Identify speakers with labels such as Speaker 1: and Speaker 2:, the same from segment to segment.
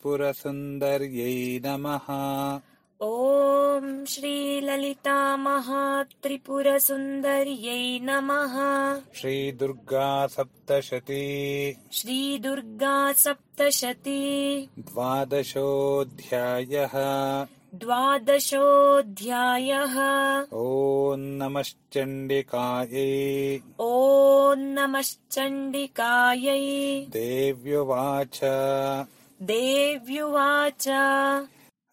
Speaker 1: श्रीललितामहात्रिपुरसुन्दर्यै नमः
Speaker 2: ॐ श्रीललितामहात्रिपुरसुन्दर्यै नमः
Speaker 1: श्रीदुर्गा सप्तशती
Speaker 2: श्रीदुर्गा सप्तशती
Speaker 1: द्वादशोऽध्यायः
Speaker 2: द्वादशोऽध्यायः
Speaker 1: ॐ नमश्चण्डिकायै
Speaker 2: ॐ नमश्चण्डिकायै
Speaker 1: देव्युवाच
Speaker 2: देव्युवाच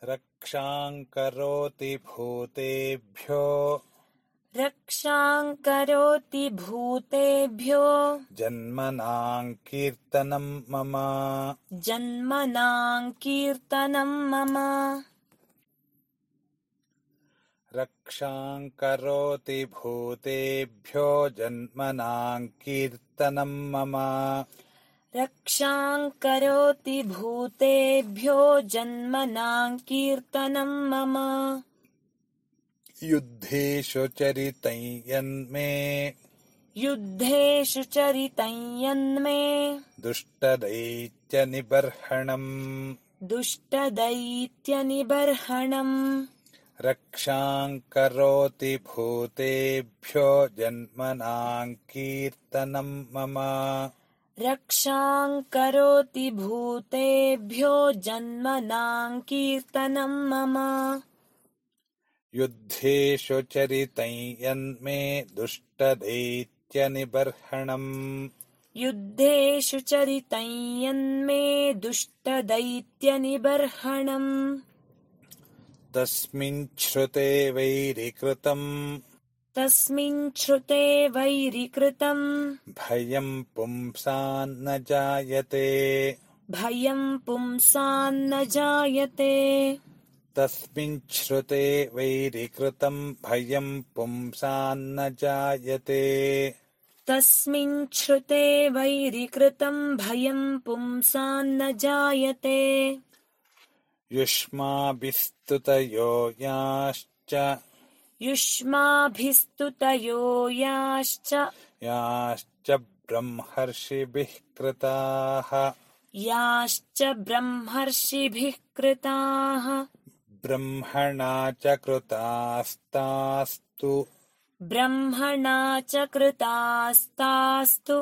Speaker 1: रक्षाम् करोति भूतेभ्यो
Speaker 2: रक्षाम् करोति भूतेभ्यो
Speaker 1: जन्मनाम् कीर्तनम् मम
Speaker 2: जन्मनाम् कीर्तनम् मम
Speaker 1: रक्षाम् करोति भूतेभ्यो जन्मनाम् कीर्तनम् मम
Speaker 2: रक्षाम् करोति भूतेभ्यो जन्मनाम् कीर्तनम् मम
Speaker 1: युद्धेषु चरितै यन्मे
Speaker 2: युद्धेषु चरितं यन्मे
Speaker 1: दुष्टदैत्य निबर्हणम्
Speaker 2: दुष्टदैत्यनिबर्हणम्
Speaker 1: रक्षाम् करोति भूतेभ्यो जन्मनाम् कीर्तनम् मम
Speaker 2: रक्षाम् करोति भूतेभ्यो जन्मनाम् कीर्तनम् मम
Speaker 1: युद्धेषु चरितै यन्मे दुष्टदैत्य निबर्हणम्
Speaker 2: युद्धेषु चरितं यन्मे दुष्टदैत्यनिबर्हणम्
Speaker 1: तस्मिञ्च्छ्रुते वैरिकृतम्
Speaker 2: तस्मिन् श्रुते वैरिकृतम्
Speaker 1: भयम् पुंसान्न जायते
Speaker 2: भयम् पुंसान्न जायते
Speaker 1: तस्मिञ्च्छ्रुते वैरिकृतम् भयम् पुंसान्न जायते
Speaker 2: तस्मिन् श्रुते वैरिकृतम् भयम् पुंसान्न जायते
Speaker 1: युष्माभिस्तुतयो याश्च
Speaker 2: युष्माभिस्तुतयो याश्च
Speaker 1: याश्च ब्रह्मर्षिभिः कृताः
Speaker 2: याश्च ब्रह्मर्षिभिः कृताः
Speaker 1: ब्रह्मणा च कृतास्तास्तु
Speaker 2: ब्रह्मणा च कृतास्तास्तु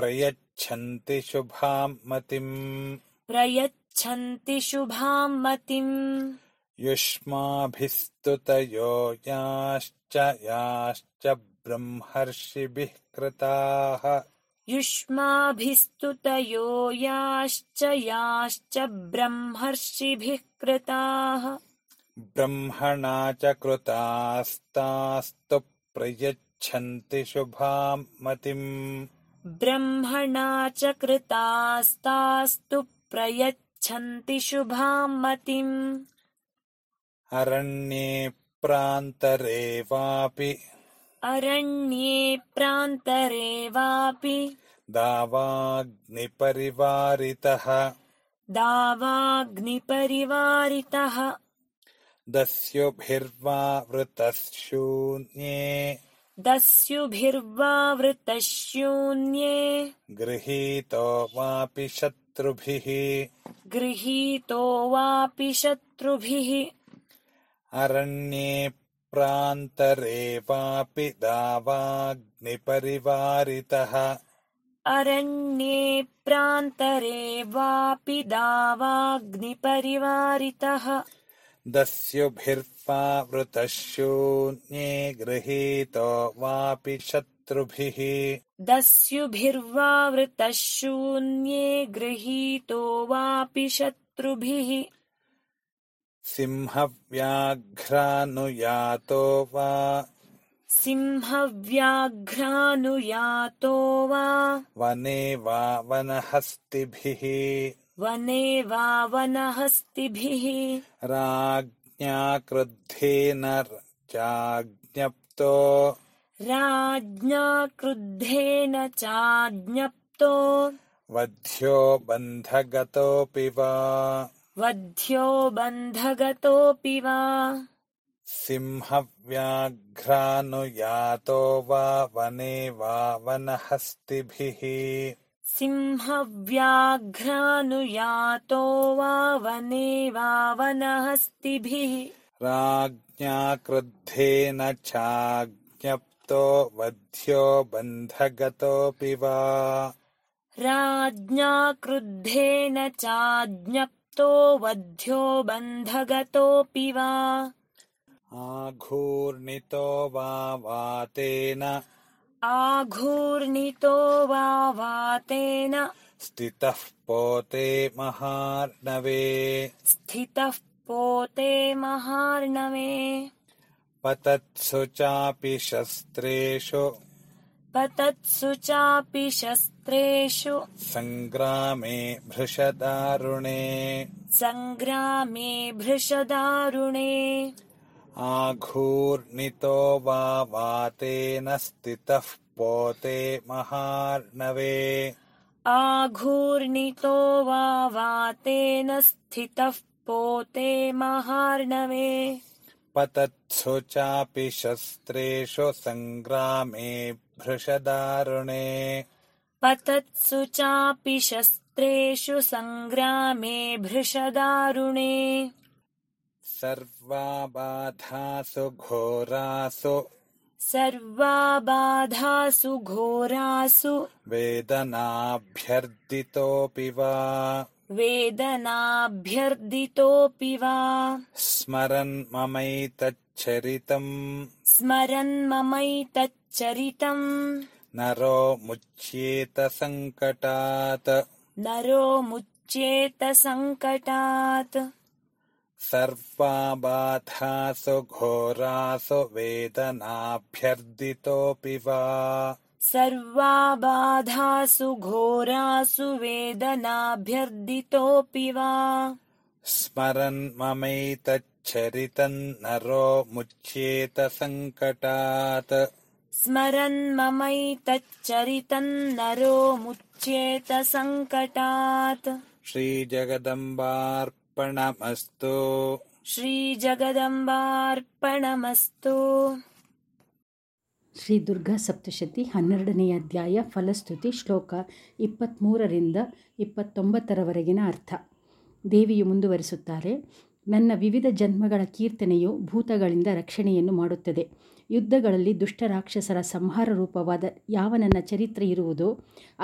Speaker 1: प्रयच्छन्ति शुभाम् मतिम्
Speaker 2: प्रयच्छन्ति शुभाम् मतिम्
Speaker 1: युष्माभिस्तुतयो याश्च याश्च ब्रह्मर्षिभिः कृताः
Speaker 2: युष्माभिस्तुतयो याश्च याश्च ब्रह्मर्षिभिः कृताः
Speaker 1: ब्रह्मणा च कृतास्तास्तु प्रयच्छन्ति शुभाम् मतिम्
Speaker 2: ब्रह्मणा च कृतास्तास्तु प्रयच्छन्ति शुभाम् मतिम्
Speaker 1: अरण्ये प्रान्तरे वापि
Speaker 2: अरण्ये प्रान्तरे वापि
Speaker 1: दावाग्निपरिवारितः
Speaker 2: दावाग्निपरिवारितः
Speaker 1: दस्युभिर्वा वृतः शून्ये
Speaker 2: दस्युभिर्वावृतः शून्ये
Speaker 1: गृहीतो वापि शत्रुभिः
Speaker 2: गृहीतो वापि शत्रुभिः
Speaker 1: अरण्ये प्रान्तरे वापि दावाग्निपरिवारितः
Speaker 2: अरण्ये प्रान्तरे वापि दावाग्निपरिवारितः
Speaker 1: दस्युभिर्वा वृतः शून्ये गृहीतो वापि शत्रुभिः
Speaker 2: दस्युभिर्वावृतः शून्ये गृहीतो वापि शत्रुभिः
Speaker 1: सिंहव्याघ्रानुयातो वा
Speaker 2: सिंहव्याघ्रानुयातो वा
Speaker 1: वने वा वनहस्तिभिः
Speaker 2: वने वा वनहस्तिभिः
Speaker 1: राज्ञा क्रुद्धेन र- चाज्ञप्तो
Speaker 2: राज्ञा क्रुद्धेन चाज्ञप्तो
Speaker 1: वध्यो बन्धगतोऽपि वा
Speaker 2: वध्यो बन्धगतोऽपि वा
Speaker 1: सिंहव्याघ्रानुयातो वा वने वा वनहस्तिभिः
Speaker 2: सिंहव्याघ्रानुयातो वा वने वा वनहस्तिभिः
Speaker 1: राज्ञा क्रुद्धेन चाज्ञप्तो वध्यो बन्धगतोऽपि वा
Speaker 2: राज्ञा क्रुद्धेन चाज्ञप्तो वध्यो बन्धगतोऽपि वा
Speaker 1: आघूर्णितो वा वातेन
Speaker 2: आघूर्णितो वा वातेन
Speaker 1: स्थितः पोते महार्णवे
Speaker 2: स्थितः पोते महार्णवे
Speaker 1: पतत्सु चापि शस्त्रेषु
Speaker 2: पतत्सु चापि शस्त्रेषु
Speaker 1: सङ्ग्रामे भृशदारुणे
Speaker 2: सङ्ग्रामे भृशदारुणे
Speaker 1: आघूर्णितो वा वातेन स्थितः पोते महार्णवे
Speaker 2: आघूर्णितो वा वातेन स्थितः पोते महार्णवे
Speaker 1: पतत्सु चापि शस्त्रेषु सङ्ग्रामे भृशदारुणे
Speaker 2: पतत्सु चापि शस्त्रेषु सङ्ग्रामे भृशदारुणे
Speaker 1: सर्वा बाधासु घोरासु
Speaker 2: सर्वा बाधासु घोरासु
Speaker 1: वेदनाभ्यर्दितोऽपि वा
Speaker 2: वेदनाभ्यर्दितोऽपि वा
Speaker 1: स्मरन् ममैतच्छरितम्
Speaker 2: स्मरन् ममैतच्चरितम्
Speaker 1: नरो मुच्येत सङ्कटात्
Speaker 2: नरो मुच्येत सङ्कटात्
Speaker 1: सर्वा बाधासु घोरासु वेदनाभ्यर्दितोऽपि वा
Speaker 2: सर्वा बाधासु घोरासु वेदनाभ्यर्दितोऽपि वा
Speaker 1: स्मरन् ममैतच्छरितम् नरो मुच्येत सङ्कटात्
Speaker 2: स्मरन् ममैतच्चरितम् नरो मुच्येत सङ्कटात्
Speaker 1: श्रीजगदम्बार्पणमस्तु
Speaker 2: ಶ್ರೀಜಗದಂಬಾರ್ಪಣಮಸ್ತು
Speaker 3: ಶ್ರೀ ದುರ್ಗಾ ಸಪ್ತಶತಿ ಹನ್ನೆರಡನೆಯ ಅಧ್ಯಾಯ ಫಲಸ್ತುತಿ ಶ್ಲೋಕ ಇಪ್ಪತ್ತ್ಮೂರರಿಂದ ಇಪ್ಪತ್ತೊಂಬತ್ತರವರೆಗಿನ ಅರ್ಥ ದೇವಿಯು ಮುಂದುವರಿಸುತ್ತಾರೆ ನನ್ನ ವಿವಿಧ ಜನ್ಮಗಳ ಕೀರ್ತನೆಯು ಭೂತಗಳಿಂದ ರಕ್ಷಣೆಯನ್ನು ಮಾಡುತ್ತದೆ ಯುದ್ಧಗಳಲ್ಲಿ ದುಷ್ಟ ರಾಕ್ಷಸರ ಸಂಹಾರ ರೂಪವಾದ ಯಾವ ನನ್ನ ಚರಿತ್ರೆ ಇರುವುದೋ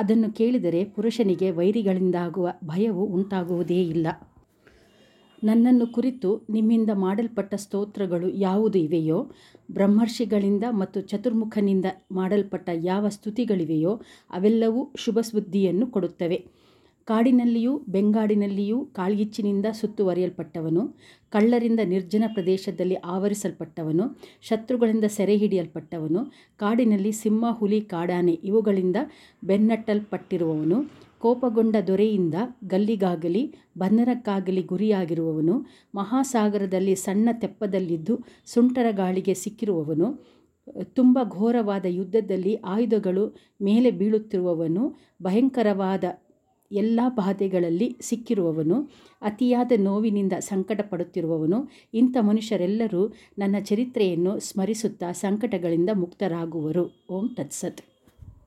Speaker 3: ಅದನ್ನು ಕೇಳಿದರೆ ಪುರುಷನಿಗೆ ವೈರಿಗಳಿಂದಾಗುವ ಭಯವು ಉಂಟಾಗುವುದೇ ಇಲ್ಲ ನನ್ನನ್ನು ಕುರಿತು ನಿಮ್ಮಿಂದ ಮಾಡಲ್ಪಟ್ಟ ಸ್ತೋತ್ರಗಳು ಯಾವುದು ಇವೆಯೋ ಬ್ರಹ್ಮರ್ಷಿಗಳಿಂದ ಮತ್ತು ಚತುರ್ಮುಖನಿಂದ ಮಾಡಲ್ಪಟ್ಟ ಯಾವ ಸ್ತುತಿಗಳಿವೆಯೋ ಅವೆಲ್ಲವೂ ಶುಭ ಸುದ್ದಿಯನ್ನು ಕೊಡುತ್ತವೆ ಕಾಡಿನಲ್ಲಿಯೂ ಬೆಂಗಾಡಿನಲ್ಲಿಯೂ ಕಾಳ್ಗಿಚ್ಚಿನಿಂದ ಸುತ್ತುವರಿಯಲ್ಪಟ್ಟವನು ಕಳ್ಳರಿಂದ ನಿರ್ಜನ ಪ್ರದೇಶದಲ್ಲಿ ಆವರಿಸಲ್ಪಟ್ಟವನು ಶತ್ರುಗಳಿಂದ ಸೆರೆ ಹಿಡಿಯಲ್ಪಟ್ಟವನು ಕಾಡಿನಲ್ಲಿ ಸಿಂಹ ಹುಲಿ ಕಾಡಾನೆ ಇವುಗಳಿಂದ ಬೆನ್ನಟ್ಟಲ್ಪಟ್ಟಿರುವವನು ಕೋಪಗೊಂಡ ದೊರೆಯಿಂದ ಗಲ್ಲಿಗಾಗಲಿ ಬಂಧನಕ್ಕಾಗಲಿ ಗುರಿಯಾಗಿರುವವನು ಮಹಾಸಾಗರದಲ್ಲಿ ಸಣ್ಣ ತೆಪ್ಪದಲ್ಲಿದ್ದು ಸುಂಟರ ಗಾಳಿಗೆ ಸಿಕ್ಕಿರುವವನು ತುಂಬ ಘೋರವಾದ ಯುದ್ಧದಲ್ಲಿ ಆಯುಧಗಳು ಮೇಲೆ ಬೀಳುತ್ತಿರುವವನು ಭಯಂಕರವಾದ ಎಲ್ಲ ಬಾಧೆಗಳಲ್ಲಿ ಸಿಕ್ಕಿರುವವನು ಅತಿಯಾದ ನೋವಿನಿಂದ ಸಂಕಟ ಪಡುತ್ತಿರುವವನು ಇಂಥ ಮನುಷ್ಯರೆಲ್ಲರೂ ನನ್ನ ಚರಿತ್ರೆಯನ್ನು ಸ್ಮರಿಸುತ್ತಾ ಸಂಕಟಗಳಿಂದ ಮುಕ್ತರಾಗುವರು ಓಂ ತತ್ಸತ್